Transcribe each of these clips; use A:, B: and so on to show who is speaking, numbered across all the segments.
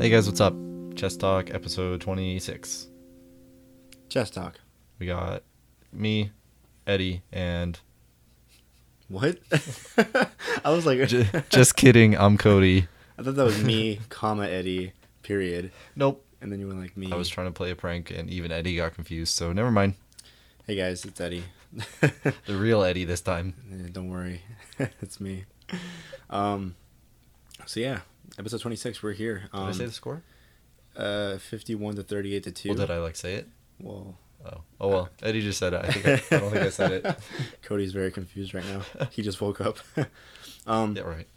A: Hey guys, what's up? Chess Talk episode 26.
B: Chest talk.
A: We got me, Eddie, and
B: What? I was like,
A: j- just kidding, I'm Cody.
B: I thought that was me, comma Eddie, period.
A: Nope.
B: And then you were like me.
A: I was trying to play a prank and even Eddie got confused, so never mind.
B: hey guys, it's Eddie.
A: The real Eddie this time.
B: Eh, Don't worry, it's me. Um, so yeah, episode twenty six. We're here.
A: Did
B: Um,
A: I say the score?
B: uh, fifty one to thirty eight to two.
A: Well, did I like say it?
B: Well,
A: Oh, oh well. Eddie just said it. I think I, I don't think I said it.
B: Cody's very confused right now. He just woke up. um,
A: Yeah, right.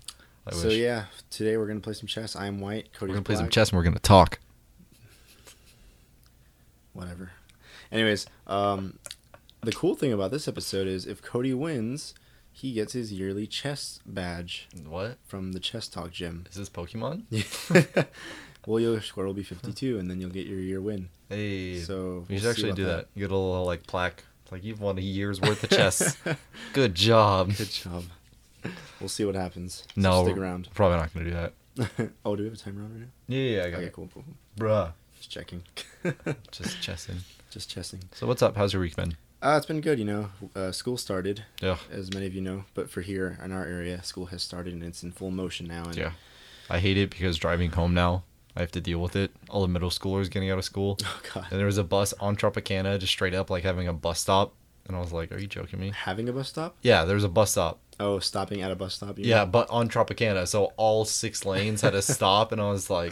A: I
B: so
A: wish.
B: yeah, today we're gonna play some chess. I'm white. Cody's
A: we're gonna play some
B: black.
A: chess and we're gonna talk.
B: whatever. Anyways, um, the cool thing about this episode is if Cody wins, he gets his yearly chess badge
A: What
B: from the Chess Talk Gym.
A: is this Pokemon?
B: well, your score will be 52, and then you'll get your year win.
A: Hey,
B: So
A: we should
B: we'll see
A: actually
B: about
A: do that. You get a little like plaque. It's like you've won a year's worth of chess. Good job.
B: Good job. We'll see what happens. So
A: No,
B: stick
A: we're
B: around.
A: Probably not gonna do that.
B: oh, do we have a timer on right now?
A: Yeah, yeah, I got
B: Okay,
A: it.
B: cool, cool, cool.
A: Bruh.
B: Just checking.
A: Just chessing.
B: Just chessing.
A: So what's up? How's your week been?
B: Uh, it's been good, you know. Uh, school started,
A: Yeah.
B: as many of you know, but for here in our area, school has started and it's in full motion now. And
A: Yeah. I hate it because driving home now, I have to deal with it. All the middle schoolers getting out of school.
B: Oh God.
A: And there was a bus on Tropicana, just straight up like having a bus stop. And I was like, Are you joking me?
B: having a bus stop?
A: Yeah, there was a bus stop.
B: Oh, stopping at a bus stop. you
A: Yeah,
B: mean?
A: but on Tropicana. So all six lanes had a stop and I was like,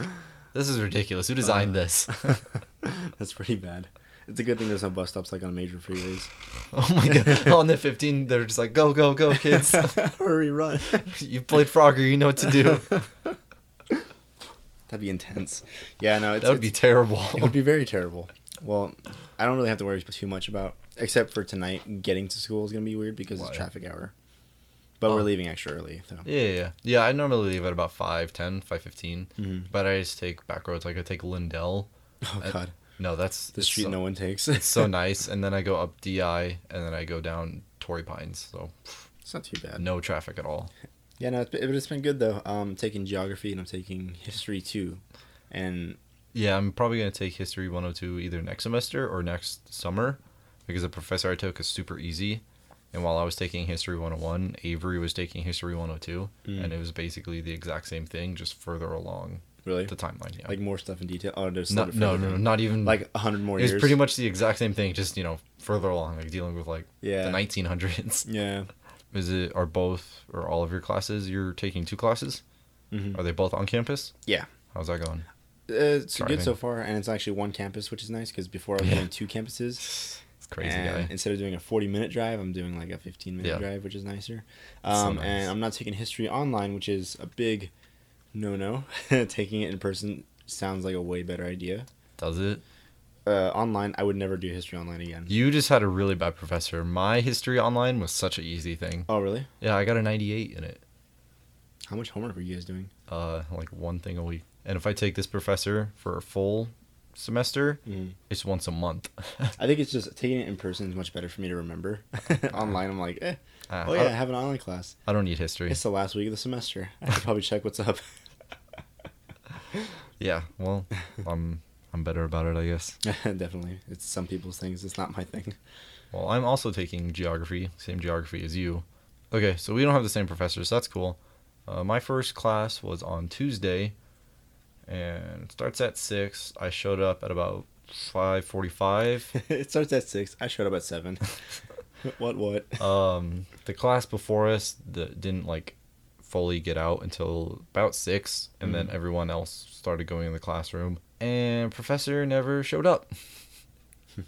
A: This is ridiculous. Who designed this?
B: that's pretty bad. It's a good thing there's no bus stops like on major freeways.
A: Oh my god. on the fifteen they're just like, Go, go, go, kids.
B: Hurry, run.
A: you played Frogger, you know what to do.
B: That'd be intense. Yeah, no, it's,
A: That would be
B: it's-
A: terrible.
B: it would be very terrible. Well, I don't really have to worry too much about, except for tonight. Getting to school is gonna be weird because
A: Why?
B: it's traffic hour. But
A: Oh.
B: we're leaving extra early, so
A: Yeah, yeah, yeah. Yeah, I normally leave at about 5, 5.15.
B: Mhm.
A: But I just take back roads. Like, I take Lindell.
B: oh
A: I-
B: god,
A: No, that's...
B: the
A: it's
B: street
A: so,
B: no one takes.
A: It's so nice. And then I go up DI, and then I go down Torrey Pines. So,
B: it's not too bad.
A: no traffic at all.
B: Yeah, no, it's been, it's been good though. Um, taking geography and I'm taking history too, and
A: Yeah, I'm probably going to take History 102 either next semester or next summer. Because the professor I took is super easy. And while I was taking History 101, Avery was taking History 102.
B: Mm.
A: And it was basically the exact same thing, just further along
B: really
A: the timeline. Yeah.
B: like more stuff in detail. Oh, there's
A: no,
B: stuff
A: no,
B: further
A: no, no,
B: down.
A: not even...
B: like a hundred more
A: It's
B: years.
A: pretty much the exact same thing, just you know, further along, like dealing with like
B: yeah,
A: the 1900s.
B: yeah.
A: Is it are both or all of your classes? You're taking two classes.
B: hmm
A: Are they both on campus?
B: Yeah.
A: How's that going?
B: Uh, it's
A: Driving.
B: good so far, and it's actually one campus, which is nice because before I was
A: Yeah.
B: doing two campuses.
A: It's crazy
B: and
A: guy.
B: Instead of doing a forty-minute drive, I'm doing like a fifteen-minute
A: Yeah.
B: drive, which is nicer.
A: It's so
B: Um,
A: nice.
B: And I'm not taking history online, which is a big no-no. taking it in person sounds like a way better idea.
A: Does it?
B: Uh, online, I would never do history online again.
A: You just had a really bad professor. My history online was such an easy thing.
B: Oh, really?
A: Yeah, I got a 98 in it.
B: How much homework were you guys doing?
A: Uh, like one thing a week. And if I take this professor for a full semester,
B: Mm.
A: it's once a month.
B: I think it's just taking it in person is much better for me to remember. online, I'm like, eh.
A: Uh,
B: oh
A: I
B: yeah, I
A: don't-
B: have an online class.
A: I don't need history.
B: It's the last week of the semester. I should probably check what's up.
A: Yeah, well, I'm I'm better about it, I guess.
B: Definitely. It's some people's things. It's not my thing.
A: Well, I'm also taking geography, same geography as you. Okay, so we don't have the same professor, so that's cool. Uh, my first class was on Tuesday, and it starts at six. I showed up at about five forty-five.
B: it starts at 6. I showed up at 7. what, what?
A: Um, the class before us that didn't like fully get out until about six, and then everyone else started going in the classroom. And professor never showed up.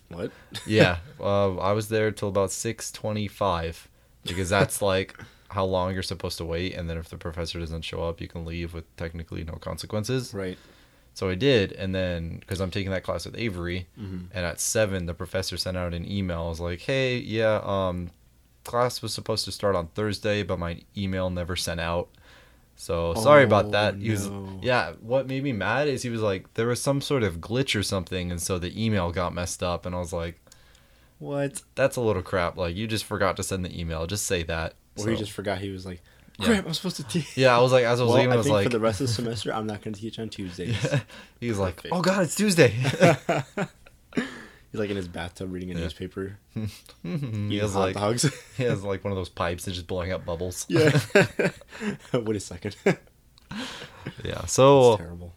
B: What?
A: yeah uh, i was there till about 6.25 because that's like how long you're supposed to wait and then if the professor doesn't show up you can leave with technically no consequences
B: Right.
A: so i did and then because i'm taking that class with avery
B: Mhm.
A: and at 7 the professor sent out an email i was like hey yeah um class was supposed to start on thursday but my email never sent out so sorry
B: Oh,
A: about that he was
B: no.
A: yeah what made me mad is he was like there was some sort of glitch or something and so the email got messed up and i was like
B: What?
A: that's a little crap. Like you just forgot to send the email. Just say that.
B: Or
A: So-
B: he just forgot he was like,
A: Yeah.
B: Crap, I'm supposed to teach.
A: Yeah, I was like, as I was
B: well,
A: leaving, I
B: I
A: was
B: think
A: like,
B: for the rest of the semester, I'm not going to teach on Tuesdays.
A: he was like,
B: Perfect.
A: oh god, it's Tuesday.
B: He's like in his bathtub reading a
A: Yeah.
B: newspaper.
A: he
B: eating
A: has
B: hot
A: like
B: dogs.
A: he has like one of those pipes that's just blowing up bubbles.
B: yeah. Wait a second. That's
A: yeah. So
B: terrible.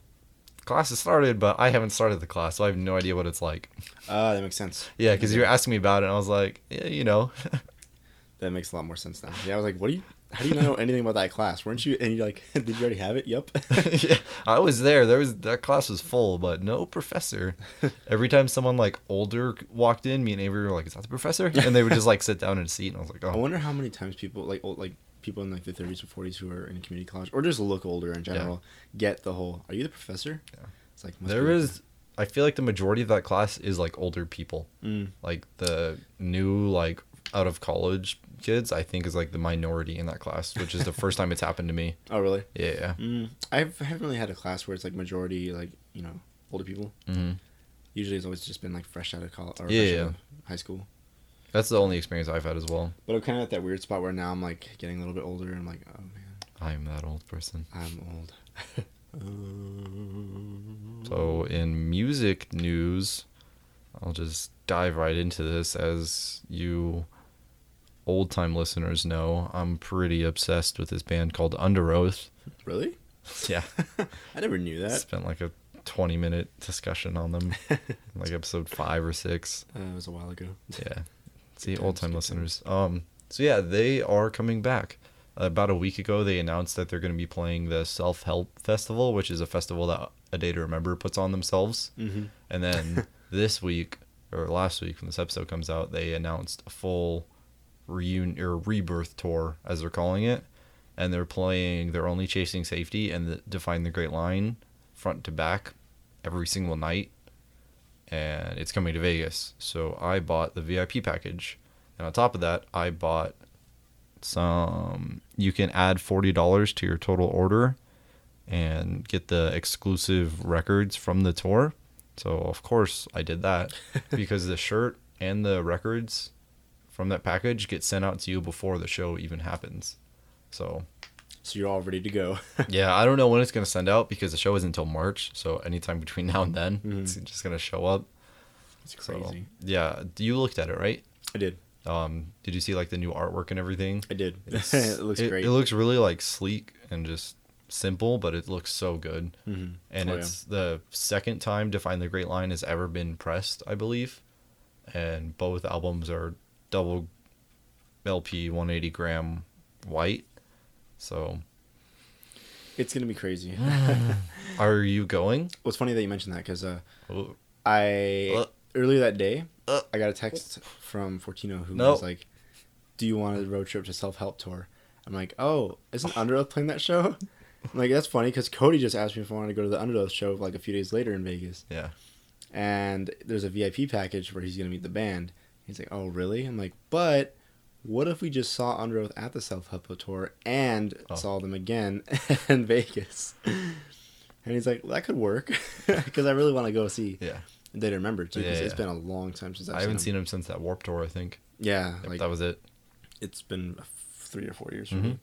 A: class has started, but I haven't started the class, so I have no idea what it's like.
B: Ah, that makes sense.
A: Yeah, because you were asking me about it, and I was like, yeah, you know,
B: That makes a lot more sense now. Yeah, I was like, what do you? How do you not know anything about that class? Weren't you? And you like, did you already have it? Yep.
A: yeah, I was there. There was that class was full, but no professor. Every time someone like older walked in, me and Avery were like, "Is that the professor?" And they would just like sit down in a seat, and I was like,
B: I
A: "Oh,
B: wonder how many times people like old like people in like the 30s or 40s who are in community college or just look older in general get the whole. Are you the professor?
A: Yeah.
B: It's like must
A: there
B: be-
A: is." I feel like the majority of that class is like older people,
B: Mm,
A: like the new like out of college kids. I think is like the minority in that class, which is the first time it's happened to me.
B: oh really?
A: Yeah.
B: Mm, I've I haven't really had a class where it's like majority like you know older people.
A: hmm
B: Usually, it's always just been like fresh out of college or
A: Yeah,
B: fresh
A: yeah.
B: out of high school.
A: That's the only experience I've had as well.
B: But I'm kind of at that weird spot where now I'm like getting a little bit older. and I'm like, oh man,
A: I'm that old person.
B: I'm old. Um,
A: So in music news, I'll just dive right into this. As you old time listeners know, I'm pretty obsessed with this band called Under Oath.
B: really?
A: Yeah.
B: I never knew that.
A: Spent like a 20 minute discussion on them, like episode five or six.
B: Uh, it was a while ago.
A: Yeah. See,
B: Good
A: old
B: times,
A: time
B: good
A: listeners. Um, so yeah, they are coming back. About a week ago, they announced that they're going to be playing the Self Help Festival, which is a festival that A Day to Remember puts on themselves.
B: Mm-hmm.
A: And then this week or last week when this episode comes out, they announced a full reunion or rebirth tour as they're calling it, and they're playing "They're Only Chasing Safety" and the, "Define the Great Line" front to back every single night, and it's coming to Vegas. So I bought the VIP package, and on top of that, I bought some. You can add forty dollars to your total order. And get the exclusive records from the tour. So of course I did that because the shirt and the records from that package get sent out to you before the show even happens. So
B: So you're all ready to go.
A: yeah, I don't know when it's gonna send out because the show is until March. So anytime between now and then, it's just gonna show up.
B: It's
A: So
B: Mm-hmm. crazy.
A: yeah, you looked at it right?
B: I did.
A: Um, did you see like the new artwork and everything?
B: I did.
A: It's-
B: it looks great.
A: It looks really like sleek and just simple, but it looks so good.
B: Mhm.
A: And
B: Oh, yeah.
A: it's the second time Define the Great Line has ever been pressed, I believe. And both albums are double LP 180 gram white. So
B: It's gonna be crazy.
A: are you going?
B: Well, it's funny that you mentioned that because uh,
A: Oh,
B: I
A: Uh.
B: earlier that day
A: Uh.
B: I got a text from Fortino who
A: No.
B: was like, "Do you want a road trip to Self Help Tour?" I'm like, "Oh, isn't Under Oath playing that show?" I'm like, that's funny because Cody just asked me if I wanted to go to the Under Oath show like a few days later in Vegas,
A: Yeah.
B: and there's a VIP package where he's gonna meet the band. He's like, "Oh, really?" I'm like, "But." What if we just saw Under Oath at the Self Help Tour and
A: Oh.
B: saw them again in Vegas? And he's like, well, "That could work," because I really want to go see
A: Yeah.
B: they remember too because
A: Yeah,
B: it's
A: yeah.
B: been a long time since I've
A: I haven't
B: seen,
A: seen him since that Warp Tour, I think.
B: them. Yeah,
A: If
B: like
A: that was it.
B: it's been f- three or four years for
A: Mhm.
B: me.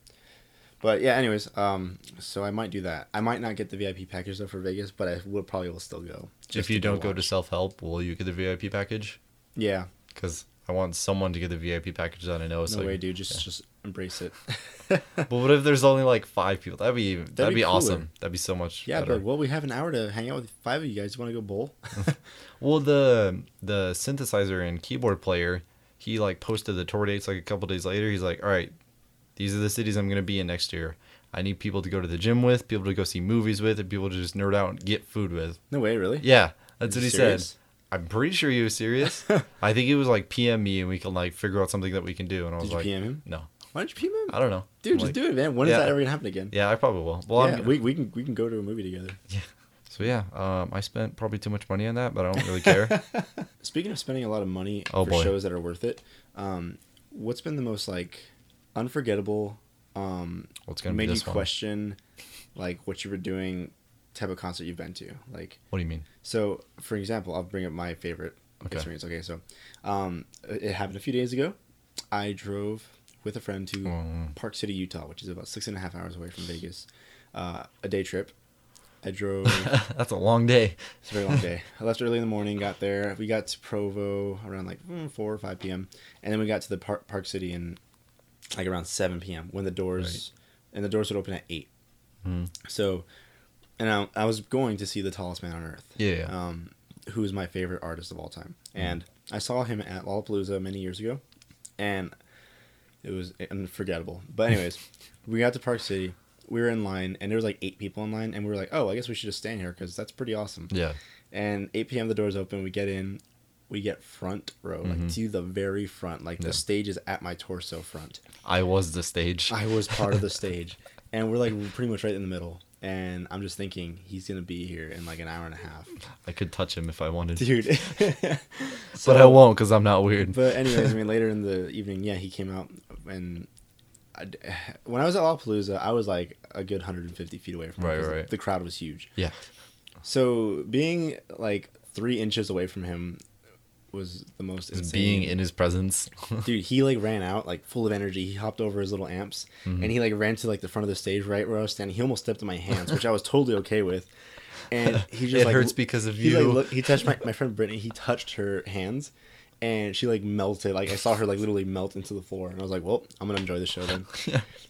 B: But yeah, anyways, um, so I might do that. I might not get the VIP package though for Vegas, but I will probably will still go. just
A: If you
B: to
A: don't go to
B: watch.
A: self help, will you get the VIP package?
B: yeah,
A: Because I want someone to get the VIP package that I know.
B: no
A: so I
B: way,
A: can-
B: dude. Just just embrace it.
A: But what if there's only like five people? That'd be that'd,
B: be
A: be,
B: cooler.
A: awesome. That'd be so much
B: Yeah,
A: better.
B: but well, we have an hour to hang out with five of you guys. You want to go bowl?
A: well, the the synthesizer and keyboard player, he like posted the tour dates like a couple days later. He's like, "All right, these are the cities I'm gonna be in next year. I need people to go to the gym with, people to go see movies with, and people to just nerd out and get food with."
B: No way, really?
A: Yeah, that's
B: Are
A: what he
B: you serious?
A: said. I'm pretty sure he was serious. I think he was like PM me and we can like figure out something that we can do. And I was
B: Did you
A: like,
B: PM him?
A: no,
B: Why don't you PM him?
A: I don't know,
B: Dude,
A: I'm
B: just
A: like,
B: do it, man. When is
A: Yeah.
B: that ever gonna happen again?
A: Yeah, I probably will. Well,
B: yeah,
A: I'm,
B: we we can we can go to a movie together.
A: So yeah, um, I spent probably too much money on that, but I don't really care.
B: Speaking of spending a lot of money
A: Oh,
B: for
A: boy.
B: shows that are worth it, um, what's been the most like unforgettable? Um,
A: What's gonna
B: made
A: be
B: you
A: this one?
B: question like what you were doing, type of concert you've been to? Like,
A: What do you mean?
B: so for example, I'll bring up my favorite
A: Okay.
B: experience. Okay, so um, it happened a few days ago. I drove with a friend to
A: Mm.
B: Park City, Utah, which is about six and a half hours away from Vegas. Uh, a day trip. I drove. It's
A: That's a long day.
B: a very long day. I left early in the morning, got there. We got to Provo around like mm, 4 or 5 p.m. And then we got to the Park, Park City in like around 7 p.m. when the doors, and the doors would open at 8.
A: Mm.
B: So, and I, I was going to see the tallest man on earth
A: Yeah. Mm-hmm.
B: um, who is my favorite artist of all time. And I saw him at Lollapalooza many years ago, and it was unforgettable. But anyways, we got to Park City. We were in line, and there was like eight people in line, and we were like, "Oh, I guess we should just stand here because that's pretty awesome."
A: yeah.
B: And 8 p.m. the doors open. We get in. We get front row, like to the very front. Like
A: Mm-hmm. Yeah.
B: the stage is at my torso front.
A: I was the stage.
B: I was part of the stage, and we're like pretty much right in the middle. And I'm just thinking he's gonna be here in like an hour and a half,
A: I could touch him if I wanted,
B: dude.
A: but I won't because I'm not weird.
B: But anyways, I mean, later in the evening, yeah, he came out, and I d when I was at Lollapalooza, I was like a good 150 feet away from him
A: Right,
B: 'cause
A: right.
B: The crowd was huge.
A: yeah.
B: So being like three inches away from him was the most
A: Just
B: insane.
A: being in his presence.
B: Dude, he like ran out like full of energy. He hopped over his little amps and he like ran to like the front of the stage right where I was standing. He almost stepped on my hands, which I was totally okay with. And he just
A: It
B: like
A: hurts
B: l-
A: because of
B: he, like,
A: you.
B: look- he touched my, my friend Brittany. He touched her hands, and she like melted. Like I saw her like literally melt into the floor, and I was like, "Well, I'm gonna enjoy the show then,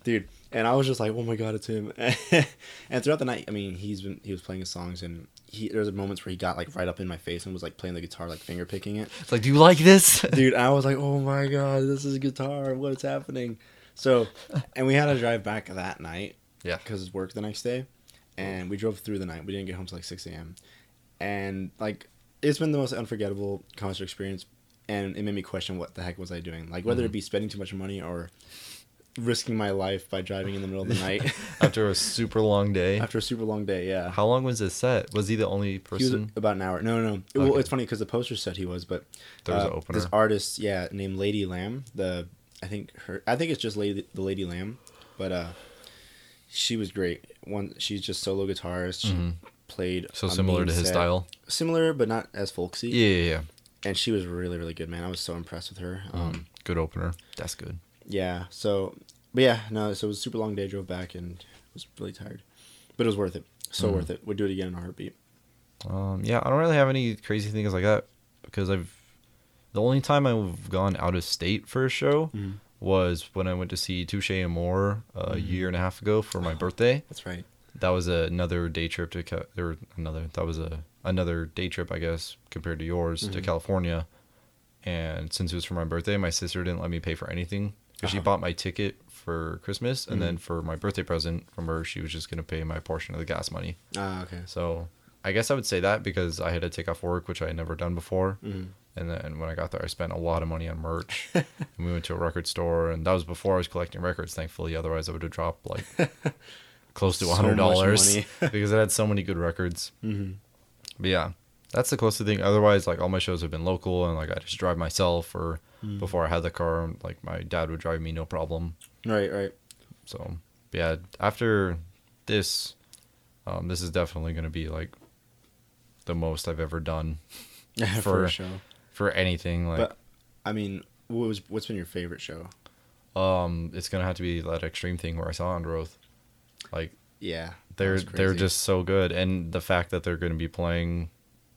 B: dude." And I was just like, "Oh my god, it's him!" and throughout the night, I mean, he's been he was playing his songs, and he there was moments where he got like right up in my face and was like playing the guitar, like finger picking it
A: It's like, do you like this?
B: dude i was like oh my god this is guitar what is happening so and we had to drive back that night
A: yeah.
B: because it's work the next day and we drove through the night we didn't get home till like 6 a.m and like it's been the most unforgettable concert experience and it made me question what the heck was i doing like whether it be spending too much money or risking my life by driving in the middle of the night
A: After a super long day.
B: after a super long day yeah
A: How long was this set? Was he the only
B: he was
A: person?
B: about an hour. No, no. no. Well,
A: Okay.
B: it's funny because the poster said he was, but
A: There was
B: uh,
A: an opener.
B: This artist, yeah, named Lady Lamb. The I think her. I think it's just Lady the Lady Lamb, but uh, she was great. One, she's just solo guitarist. She played
A: Mm-hmm. So
B: a
A: similar
B: mean
A: to his
B: set.
A: style.
B: Similar, but not as folksy.
A: Yeah, yeah, yeah.
B: And she was really, really good, man. I was so impressed with her.
A: Mm-hmm.
B: Um,
A: Good opener. That's good.
B: yeah. So, but yeah, no. So it was a super long day. Drove back and was really tired, but it was worth it. So
A: Mm-hmm.
B: worth it. Would do it again in a heartbeat.
A: Um, yeah, I don't really have any crazy things like that because I've the only time I've gone out of state for a show
B: Mhm.
A: was when I went to see Touche Amore a
B: Mm-hmm.
A: year and a half ago for my birthday.
B: That's right.
A: That was another day trip to Ca- or another that was a another day trip I guess compared to yours to California. And since it was for my birthday, my sister didn't let me pay for anything because she
B: Uh-huh.
A: bought my ticket for Christmas and then for my birthday present from her, she was just gonna pay my portion of the gas money.
B: Ah, okay.
A: So I guess I would say that because I had to take off work, which I had never done before.
B: Mhm.
A: And then when I got there, I spent a lot of money on merch. and we went to a record store, and that was before I was collecting records, thankfully. Otherwise, I would have dropped like close to
B: So
A: a
B: much
A: $100
B: money.
A: because I had so many good records.
B: Mhm.
A: But yeah, that's the closest thing. Otherwise, like all my shows have been local, and like I just drive myself, or
B: Mm.
A: before I had the car, like my dad would drive me no problem.
B: Right. Right.
A: So yeah, after this, um, this is definitely gonna be like the most I've ever done
B: for,
A: for-
B: a show.
A: for anything. Like
B: but I mean, what was what's been your favorite show?
A: um, it's gonna have to be that extreme thing where I saw Underoath. Like
B: Yeah, that
A: they're
B: was
A: they're
B: crazy.
A: just so good, and the fact that they're gonna be playing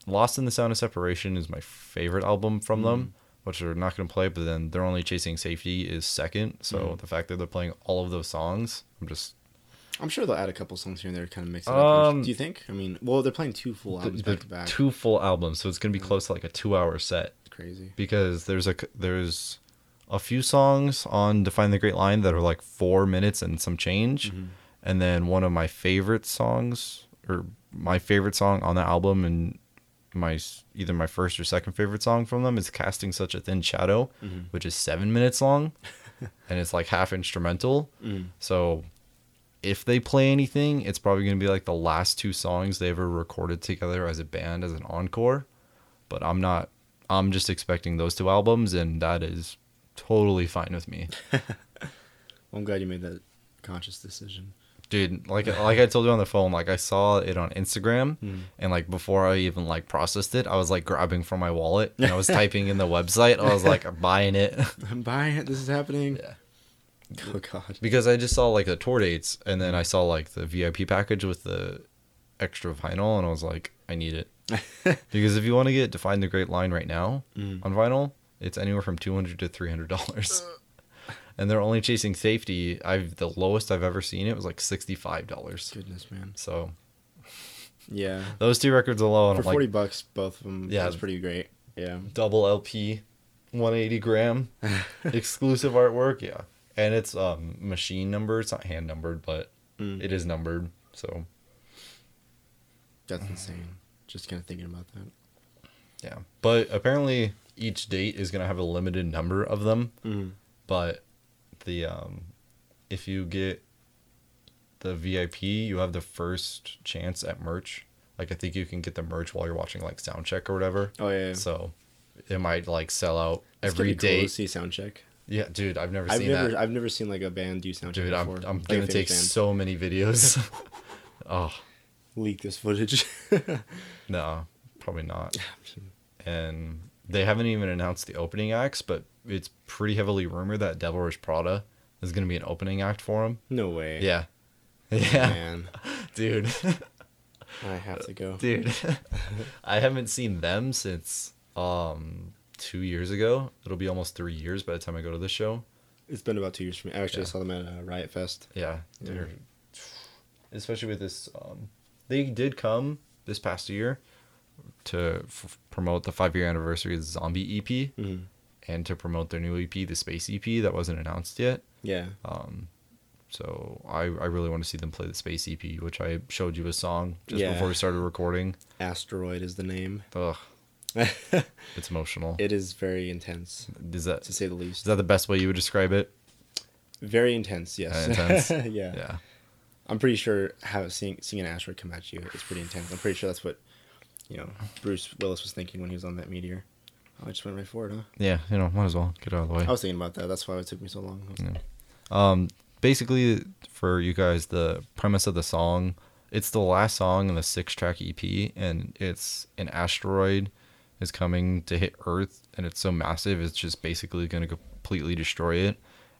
A: Lost in the Sound of Separation is my favorite album from them.
B: Mm.
A: Which they're not going to play, but then they're only chasing safety is second. So
B: Mm.
A: the fact that they're playing all of those songs, I'm just
B: I'm sure they'll add a couple songs here and there, to kind of mix it up.
A: Um,
B: Do you think? I mean, well, they're playing two full albums
A: the
B: back to back. Mm.
A: two full albums, so it's going to be close to like a two-hour set.
B: It's crazy.
A: because there's a c- there's a few songs on Define the Great Line that are like four minutes and some change, and then one of my favorite songs or my favorite song on the album and my s- either my first or second favorite song from them is Casting Such a Thin Shadow, which is seven minutes long, and it's like half instrumental.
B: Mm.
A: So if they play anything, it's probably going to be like the last two songs they ever recorded together as a band as an encore. But I'm not. I'm just expecting those two albums, and that is totally fine with me,
B: Well, I'm glad you made that conscious decision.
A: dude. Like like I told you on the phone, like I saw it on Instagram,
B: Mm.
A: and like before I even like processed it, I was like grabbing for my wallet and I was typing in the website. I was like buying it.
B: I'm buying it. This is happening.
A: Yeah.
B: Oh god.
A: because I just saw like the tour dates and then I saw like the VIP package with the extra vinyl and I was like, I need it. because if you want to get Define the Great Line right now
B: Mm.
A: on vinyl, it's anywhere from two hundred to three hundred dollars. and they're only chasing safety. I've the lowest I've ever seen it was like sixty five dollars.
B: Goodness, man.
A: So
B: Yeah.
A: those two records alone,
B: For
A: I'm
B: forty
A: like
B: bucks, both of them. Yeah,
A: Yeah.
B: that's pretty great. Yeah.
A: double LP, one eighty gram, exclusive artwork. Yeah, and it's um machine numbered. It's not hand numbered, but
B: Mm.
A: it is numbered. So
B: That's insane. Just kind of thinking about that.
A: Yeah. But apparently each date is going to have a limited number of them,
B: Mm.
A: but the um if you get the VIP, you have the first chance at merch. Like I think you can get the merch while you're watching like soundcheck or whatever.
B: Oh yeah. yeah.
A: So it might like sell out
B: It's gonna
A: every
B: be cool
A: date.
B: to see sound check.
A: Yeah, dude, I've never
B: I've
A: seen
B: never
A: that.
B: I've never seen like a band do sound check
A: dude, I'm
B: before.
A: I'm
B: Like, a
A: going to take
B: famous band.
A: so many videos. oh,
B: leak this footage.
A: no. Probably not. and they haven't even announced the opening acts, but it's pretty heavily rumored that Devilish Prada is going to be an opening act for him.
B: no way.
A: Yeah. Yeah,
B: Man,
A: dude.
B: I have to go.
A: dude. I haven't seen them since um 2 years ago. It'll be almost 3 years by the time I go to this show.
B: It's been about two years for me. I actually
A: Yeah.
B: saw them at uh, Riot Fest.
A: Yeah.
B: Yeah.
A: They're especially with this um they did come this past year to f- promote the 5 year anniversary of the Zombie EP
B: Mm.
A: and to promote their new EP, the Space EP that wasn't announced yet.
B: Yeah.
A: Um, so I, I really want to see them play the Space EP, which I showed you a song just
B: Yeah.
A: before we started recording.
B: Asteroid is the name.
A: Ugh,
B: it
A: it's emotional.
B: is very intense,
A: Is that
B: to
A: is
B: say the least.
A: that the best way you would describe it?
B: Very intense, yes.
A: Uh, intense?
B: yeah.
A: Yeah.
B: I'm pretty sure how seeing, seeing an asteroid come at you is pretty intense. I'm pretty sure that's what, you know, Bruce Willis was thinking when he was on that meteor. Oh, I just went right for it, huh?
A: Yeah. You know, might as well get it out of the way.
B: I was thinking about that. That's why it took me so long.
A: Um, basically, for you guys, the premise of the song, it's the last song in the six-track EP, and it's an asteroid is coming to hit Earth, and it's so massive, it's just basically going to completely destroy it.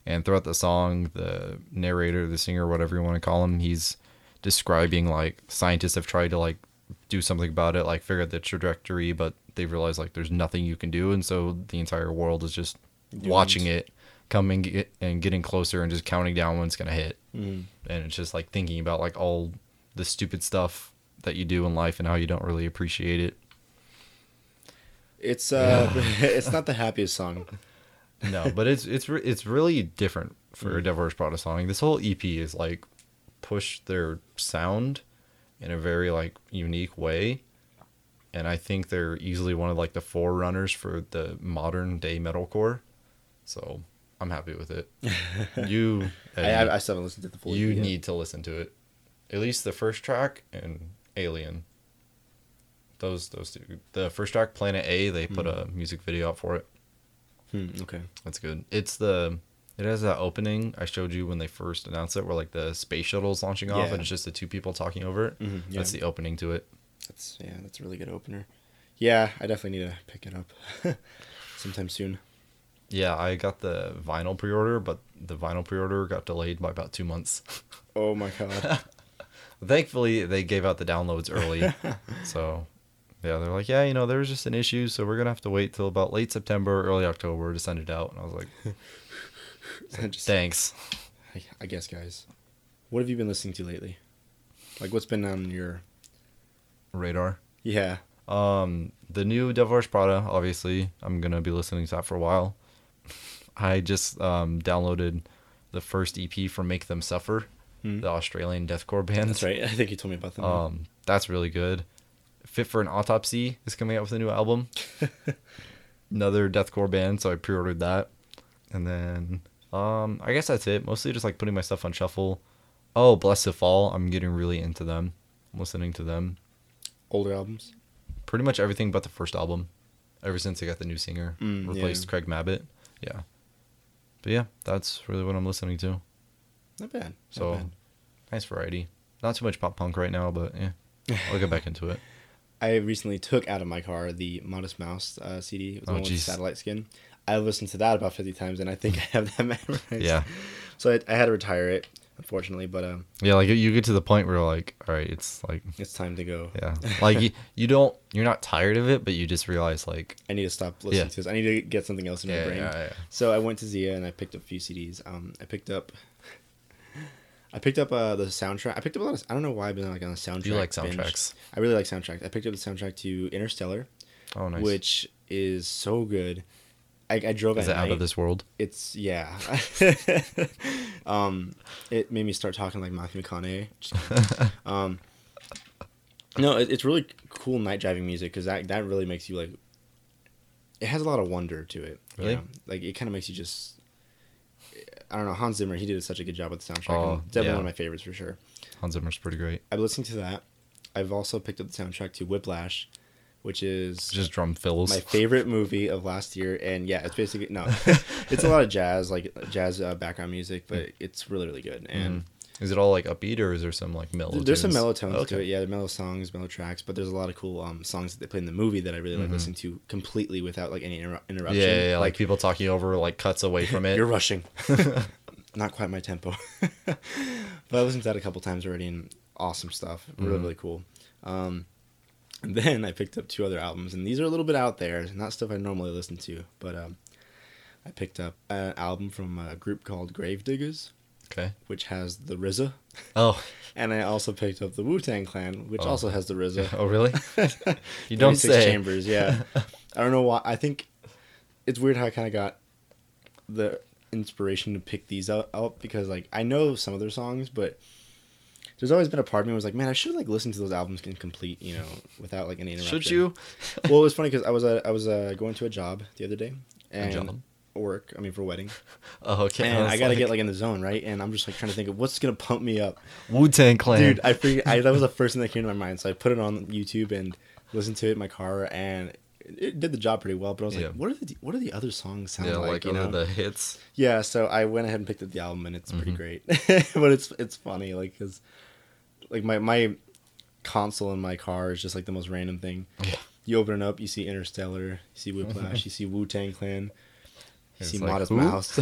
A: And throughout the song, the narrator, the singer, whatever you want to call him, he's describing like scientists have tried to like do something about it, like figure out the trajectory, but they realize like there's nothing you can do, and so the entire world is just watching it coming get- and getting closer and just counting down when it's gonna hit.
B: Mm.
A: And it's just like thinking about like all the stupid stuff that you do in life and how you don't really appreciate it.
B: It's uh, it's not the happiest song.
A: No, but it's it's re- it's really different
B: Mm.
A: for a Devil Wears Prada song. This whole EP is like push their sound in a very like unique way, and I think they're easily one of like the forerunners for the modern day metalcore. So I'm happy with it. you,
B: I, I, I still haven't listened to the full.
A: you
B: EP yet.
A: need to listen to it, at least the first track and Alien. Those those two. The first track, Planet A, they put a music video out for it.
B: Hmm, okay.
A: That's good. It's the it has that opening I showed you when they first announced it, where like the space shuttle's launching off,
B: Yeah.
A: and it's just the two people talking over it.
B: Mhm, yeah.
A: That's the opening to it.
B: That's yeah, that's a really good opener. Yeah, I definitely need to pick it up sometime soon.
A: Yeah, I got the vinyl pre-order, but the vinyl pre-order got delayed by about two months.
B: Oh my god.
A: Thankfully, they gave out the downloads early, so yeah, they're like, yeah, you know, there was just an issue, so we're gonna have to wait till about late September, early October to send it out. And I was like,
B: Just-
A: thanks.
B: I, I guess guys. What have you been listening to lately? Like what's been on your
A: Radar.
B: Yeah.
A: Um, the new Devil Wears Prada, obviously, I'm gonna be listening to that for a while. I just um, downloaded the first EP from Make Them Suffer,
B: Hmm.
A: the Australian deathcore band.
B: That's right. I think you told me about that.
A: Um, that's really good. Fit for an Autopsy is coming out with a new album. Another deathcore band, so I pre-ordered that. And then, um, I guess that's it. Mostly just like putting my stuff on shuffle. Oh, Bless the Fall, I'm getting really into them. I'm listening to them
B: Older albums.
A: pretty much everything but the first album. Ever since they got the new singer,
B: Mm,
A: replaced
B: yeah.
A: Craig Mabbitt. Yeah. But yeah, that's really what I'm listening to.
B: Not bad. Not
A: So
B: bad.
A: nice variety. Not too much pop punk right now, but yeah. I'll get back into it.
B: I recently took out of my car the Modest Mouse uh, CD, the
A: Oh,
B: one with the
A: jeez.
B: satellite skin. I listened to that about fifty times, and I think I have that memorized.
A: Yeah.
B: So I, I had to retire it, unfortunately, but um,
A: Yeah, like you get to the point where like, all right, it's like,
B: it's time to go.
A: yeah, like you, you don't, you're not tired of it, but you just realize like,
B: I need to stop listening
A: Yeah.
B: to this. I need to get something else in my
A: yeah,
B: brain.
A: yeah, yeah.
B: So I went to Zia and I picked up a few CDs. Um, I picked up, I picked up uh, the soundtrack. I picked up a lot of. I don't know why, but like on the soundtrack.
A: You like
B: binge.
A: soundtracks?
B: I really like soundtracks. I picked up the soundtrack to Interstellar,
A: Oh, nice.
B: which is so good. I, I drove
A: is
B: at
A: it out
B: night.
A: of this world?
B: It's yeah. um, it made me start talking like Matthew McConaughey. Just kidding. um, no, it, it's really cool night driving music because that that really makes you like. It has a lot of wonder to it. you
A: Really?
B: know? Like it kind of makes you just. I don't know Hans Zimmer. He did such a good job with the soundtrack.
A: Oh,
B: and definitely
A: yeah.
B: one of my favorites for sure.
A: Hans Zimmer's pretty great.
B: I've listened to that. I've also picked up the soundtrack to Whiplash, which is
A: It's just drum fills.
B: my favorite movie of last year and yeah it's basically no it's a lot of jazz like jazz uh, background music
A: Mm.
B: but it's really really good
A: Mm-hmm.
B: and
A: Is it all like upbeat or is there some like mellow?
B: there's some
A: tunes?
B: mellow tones
A: Okay.
B: to it yeah there are mellow songs mellow tracks but there's a lot of cool um songs that they play in the movie that i really like listening to completely without like any inter- interruption
A: Yeah, Mm-hmm. yeah, yeah, like people talking over like cuts away from it.
B: you're rushing not quite my tempo but i listened to that a couple times already and awesome stuff
A: Mm-hmm.
B: really really cool um and then i picked up two other albums and these are a little bit out there not stuff i normally listen to but um i picked up an album from a group called gravediggers
A: okay.
B: which has the RZA,
A: Oh,
B: and I also picked up the Wu Tang Clan, which
A: Oh.
B: also has the RZA.
A: oh really? You don't
B: 26
A: say.
B: Chambers, yeah. I don't know why. I think it's weird how I kind of got the inspiration to pick these up, up because like I know some of their songs, but there's always been a part of me was like, man, I should like listen to those albums in complete, you know, without like any interruption.
A: Should you?
B: well, it was funny because I was uh, I was uh, going to a job the other day and
A: job?
B: work. I mean, for a wedding,
A: Oh, okay.
B: and I gotta get like in the zone, right? And I'm just like trying to think of what's gonna pump me up.
A: Wu Tang Clan.
B: Dude, I, figured, I that was the first thing that came to my mind. So I put it on YouTube and listened to it in my car, and it did the job pretty well. But I was
A: Yeah.
B: like, what are the what are the other songs sound
A: yeah, like,
B: like? you
A: under
B: know?
A: the hits.
B: Yeah, so I went ahead and picked up the album, and it's pretty great.
A: Mm-hmm.
B: but it's it's funny, like because like my my console in my car is just like the most random thing.
A: Yeah.
B: You open it up, you see Interstellar, you see Whiplash, you see Wu Tang Clan, you
A: It's
B: see
A: like,
B: Modest
A: who?
B: Mouse.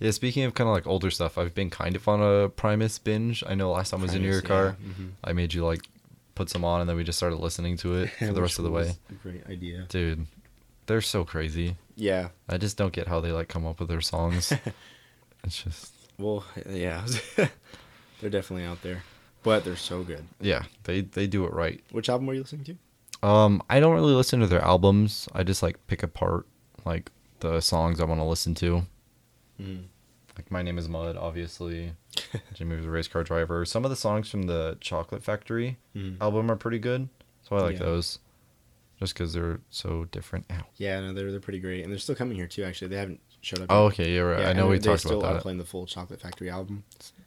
A: Yeah, speaking of kind of like older stuff, I've been kind of on a Primus binge. I know last time I was in
B: Primus,
A: your
B: yeah,
A: car,
B: mhm.
A: I made you like put some on, and then we just started listening to it for the
B: Which
A: rest of the
B: was
A: way.
B: a Great idea.
A: Dude, they're so crazy.
B: Yeah.
A: I just don't get how they like come up with their songs. it's just
B: Well, yeah, they're definitely out there, but they're so good.
A: yeah, they they do it right.
B: Which album were you listening to?
A: Um, I don't really listen to their albums. I just like pick apart like the songs I want to listen to.
B: Mm.
A: Like my name is Mud, obviously. Jimmy was a race car driver. Some of the songs from the Chocolate Factory
B: Mm.
A: album are pretty good, so I like
B: Yeah.
A: those. Just because they're so different. Ow.
B: Yeah, no, they're they're pretty great, and they're still coming here too. Actually, they haven't showed up.
A: Oh,
B: yet.
A: okay, yeah, right.
B: Yeah,
A: I know
B: and
A: we
B: they
A: talked
B: still
A: about
B: are
A: that.
B: playing the full Chocolate Factory album,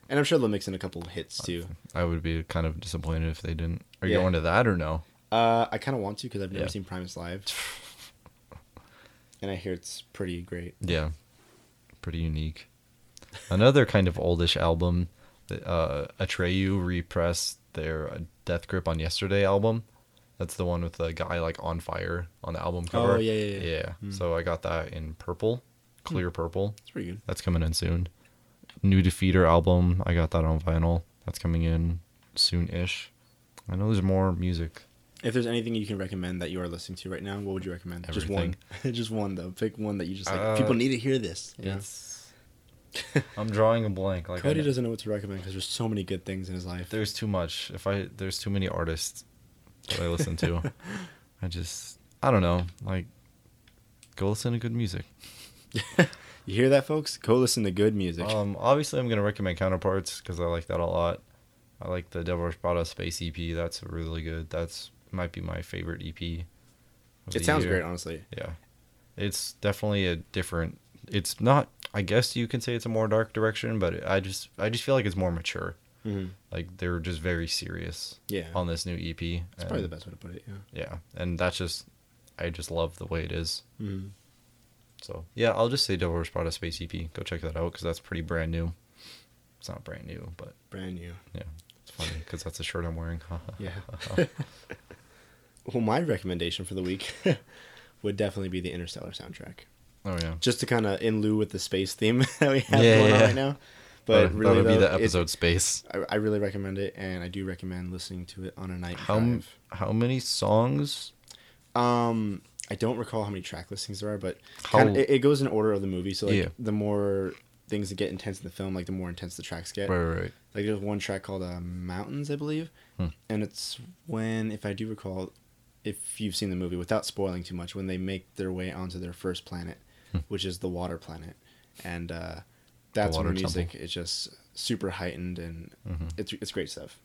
B: and I'm sure they'll mix in a couple of hits too.
A: I would be kind of disappointed if they didn't. Are you
B: Yeah.
A: going to that or no?
B: Uh, I kind of want to because I've never
A: Yeah.
B: seen Primus live, and I hear it's pretty great.
A: Yeah, pretty unique. Another kind of oldish album, that, uh, Atreyu repressed their uh, Death Grip on Yesterday album. That's the one with the guy like on fire on the album cover.
B: Oh, yeah, yeah, Hmm. yeah. Mm.
A: So I got that in purple, clear purple.
B: It's pretty good.
A: That's coming in soon. New Defeater album, I got that on vinyl. That's coming in soon-ish. I know there's more music.
B: If there's anything you can recommend that you are listening to right now, what would you recommend?
A: Everything.
B: Just one, just one though. Pick one that you just like.
A: Uh,
B: people need to hear this. you know?
A: It's I'm drawing a blank. Like I
B: Cody
A: kn-
B: doesn't know what to recommend because there's so many good things in his life.
A: there's too much. If I there's too many artists that I listen to, I just I don't know. Like, go listen to good music.
B: You hear that, folks? Go listen to good music.
A: Um, obviously I'm gonna recommend Counterparts because I like that a lot. I like the Devil Espada Space EP. That's really good. That's might be my favorite EP. of
B: it
A: the
B: sounds
A: year.
B: great, honestly.
A: Yeah, it's definitely a different. It's not. I guess you can say it's a more dark direction, but I just I just feel like it's more mature.
B: Mm-hmm.
A: Like they're just very serious
B: Yeah,
A: on this new E EP.
B: that's probably the best way to put it. Yeah.
A: Yeah, and that's just I just love the way it is.
B: Mm-hmm.
A: So yeah, I'll just say Devil Wears Prada Space EP. Go check that out because that's pretty brand new. It's not brand new, but
B: Brand new.
A: it's funny because that's the shirt I'm wearing.
B: Yeah. well, my recommendation for the week would definitely be the Interstellar soundtrack.
A: Oh yeah.
B: just to kind of in lieu with the space theme that we have
A: Yeah,
B: going on
A: yeah.
B: right now.
A: But
B: But really,
A: that would be
B: though,
A: the
B: it-
A: episode space.
B: I, I really recommend it, and I do recommend listening to it on a night
A: How m-
B: drive.
A: how many songs?
B: Um, I don't recall how many track listings there are, but
A: How-
B: kind of, it, it goes in order of the movie. So like
A: Yeah.
B: the more things that get intense in the film, like the more intense the tracks get.
A: Right, right, right.
B: Like there's one track called uh, "Mountains," I believe,
A: Hmm.
B: and it's when, if I do recall, if you've seen the movie without spoiling too much, when they make their way onto their first planet,
A: Hmm.
B: which is the water planet, and uh, that's when
A: water
B: the music
A: temple.
B: is just super heightened and
A: Mhm.
B: it's it's great stuff.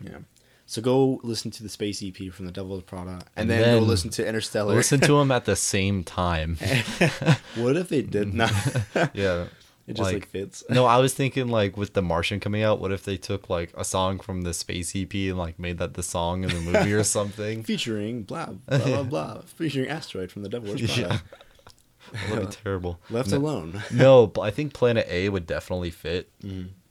B: Yeah. So go listen to the Space EP from the Devil's Prada,
A: And
B: and, then, go
A: then
B: listen to Interstellar.
A: Listen to them at the same time.
B: what if they did not?
A: Mm-hmm.
B: it
A: yeah.
B: just like, fits.
A: no, I was thinking like with The Martian coming out, what if they took like a song from the space EP and like made that the song in the movie or something?
B: Featuring blah blah blah blah. Featuring asteroid from the Devil's Prada.
A: Yeah. That'd be terrible.
B: Left
A: No-
B: alone.
A: no, but I think Planet A would definitely fit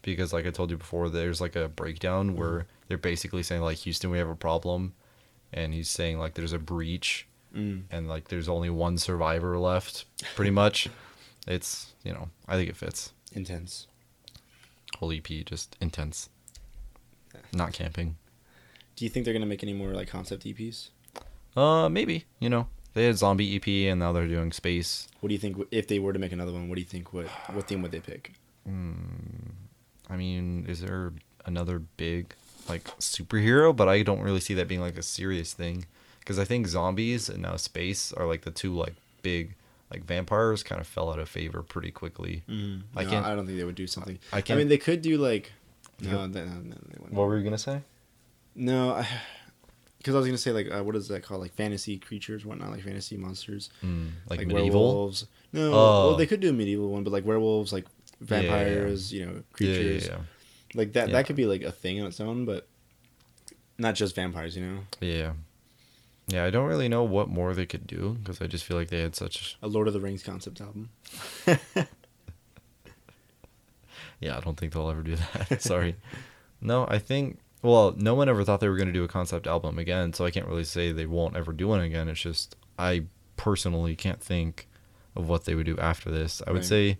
A: because, like I told you before, there's like a breakdown where they're basically saying like Houston, we have a problem, and he's saying like there's a breach, and like there's only one survivor left, pretty much. it's you know I think it fits.
B: Intense.
A: Whole EP just intense. Not camping.
B: Do you think they're gonna make any more like concept E EPs?
A: Uh, maybe you know they had zombie EP and now they're doing space.
B: What do you think if they were to make another one? What do you think? What what theme would they pick?
A: I mean, is there another big like superhero? But I don't really see that being like a serious thing because I think zombies and now space are like the two like big like vampires kind of fell out of favor pretty quickly. I
B: I Mm-hmm. no,
A: can't-
B: I don't think they would do something.
A: I
B: I,
A: can't-
B: mean, they could do like. No, they- no, no, they wouldn't.
A: What were you gonna say?
B: no, because I, was gonna say like uh, what is that called? Like fantasy creatures, whatnot, like fantasy monsters,
A: Mm, like, medieval.
B: werewolves. No,
A: Oh.
B: well, they could do a medieval one, but like werewolves, like
A: yeah, yeah.
B: vampires, you know,
A: Yeah, yeah,
B: creatures,
A: yeah,
B: like that.
A: Yeah.
B: That could be like a thing on its own, but not just vampires, you know.
A: yeah. Yeah, I don't really know what more they could do because I just feel like they had such.
B: A Lord of the Rings concept album.
A: Yeah, I don't think they'll ever do that. Sorry. No, I think. Well, no one ever thought they were going to do a concept album again, so I can't really say they won't ever do one again. It's just I personally can't think of what they would do after this. I would
B: Right.
A: say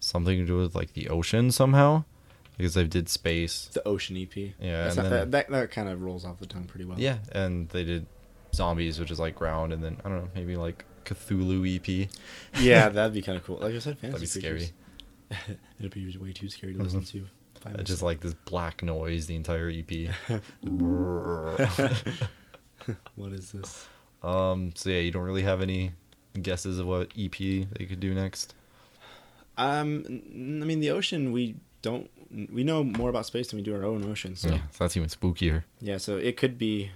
A: something to do with like the ocean somehow, because they did space.
B: the Ocean E EP.
A: Yeah,
B: That's
A: and
B: not-
A: then-
B: that, that that kind of rolls off the tongue pretty well.
A: Yeah, and they did zombies, which is like ground, and then I don't know, maybe like Cthulhu E EP.
B: yeah, that'd be kind of cool. Like I said,
A: That'd be
B: fantasy
A: scary.
B: scary. It'd be way too scary to listen to. If I
A: Uh,
B: was-
A: Just like this black noise the entire E EP.
B: what is this?
A: Um, so yeah, you don't really have any guesses of what EP they could do next.
B: Um, n- I mean, the ocean. We don't. We know more about space than we do our own ocean. So
A: So
B: yeah,
A: that's even spookier.
B: so it could be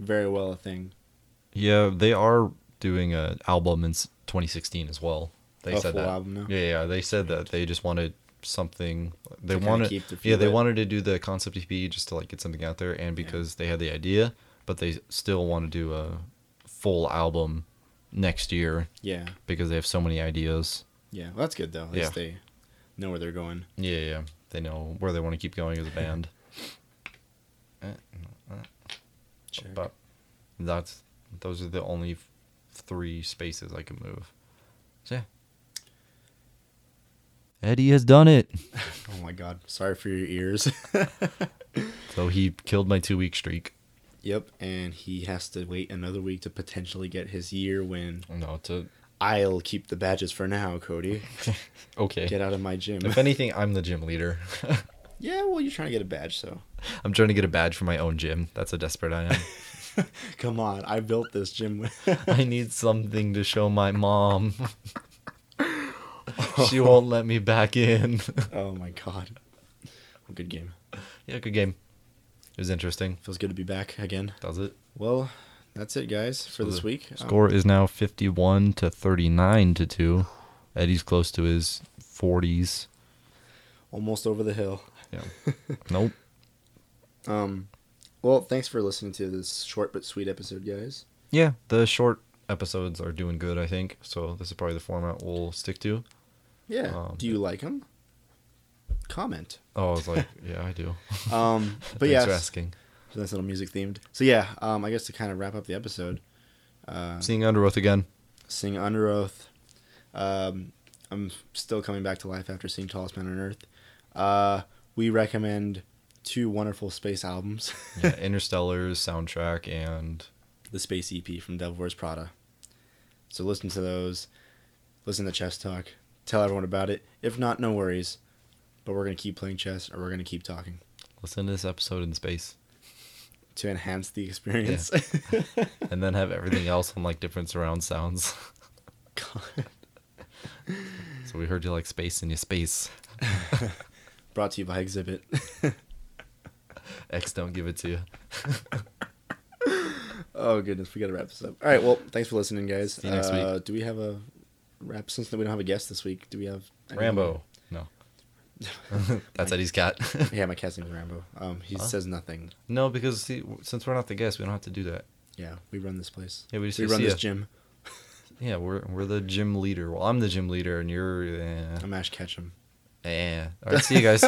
B: very well a thing.
A: Yeah, they are doing an album in s- 2016 as well. They
B: A
A: said
B: full
A: that.
B: album now?
A: Yeah, yeah, they said that they just wanted something. They
B: kinda
A: wanted.
B: keep the
A: yeah, they
B: feel.
A: wanted to do the concept EP just to like get something out there, and because they had the idea, but they still want to do a full album next year
B: Yeah,
A: because they have so many ideas.
B: yeah. Well, that's good though. At least
A: Yeah.
B: they know where they're going.
A: Yeah, yeah. They know where they want to keep going as a band.
B: Check.
A: But that's those are the only f- three spaces I can move. So yeah. Eddie has done it.
B: Oh my God. Sorry for your ears.
A: So he killed my two week streak.
B: yep. And he has to wait another week to potentially get his year win.
A: No, to
B: I'll keep the badges for now, Cody.
A: okay.
B: Get out of my gym.
A: If anything, I'm the gym leader.
B: yeah, well, you're trying to get a badge, so.
A: I'm trying to get a badge for my own gym. That's how desperate I am.
B: Come on, I built this gym. with-
A: I need something to show my mom. she won't let me back in.
B: oh my god. Well, good game.
A: yeah, good game. It was interesting.
B: Feels good to be back again.
A: Does it?
B: Well, that's it, guys, for
A: So
B: this
A: the
B: week. Um,
A: Score is now 51 to 39 to 2. Eddie's close to his 40s.
B: almost over the hill.
A: Yeah. nope.
B: Um, well, thanks for listening to this short but sweet episode, guys.
A: Yeah, the short episodes are doing good, I think. So this is probably the format we'll stick to.
B: Yeah.
A: Um,
B: Do you like them? Comment.
A: Oh, I was like, yeah, I do.
B: Um, but
A: Thanks
B: yeah,
A: for asking.
B: that's a little music themed. So yeah, um, I guess to kind of wrap up the episode,
A: Seeing Under Oath again.
B: sing Under Oath. Um, I'm still coming back to life after seeing Tallest Man on Earth. Uh, we recommend two wonderful space albums
A: yeah, Interstellar's soundtrack and
B: the Space EP from Devil Wears Prada. So listen to those. Listen to Chess Talk. Tell everyone about it. If not, no worries. But we're going to keep playing chess or we're going to keep talking
A: listen to this episode in space
B: to enhance the experience.
A: and then have everything else on like different surround sounds.
B: God.
A: So we heard you like space in your space.
B: Brought to you by Exhibit.
A: X don't give it to you.
B: oh, goodness. We got to wrap this up. All right. Well, thanks for listening, guys.
A: you next
B: Uh, Do we have a wrap? Since we don't have a guest this week, do we have.
A: Rambo. No. That's what he's got.
B: Yeah, my cat's name is Rambo. Um, he says nothing.
A: no, because see, since we're not the guests, we don't have to do that.
B: Yeah, we run this place.
A: Yeah, we just
B: we
A: go
B: run
A: see
B: this
A: ya.
B: gym.
A: Yeah, we're we're the gym leader. Well, I'm the gym leader, and you're. Eh,
B: I'm Ash Ketchum.
A: eh. All right, see you guys.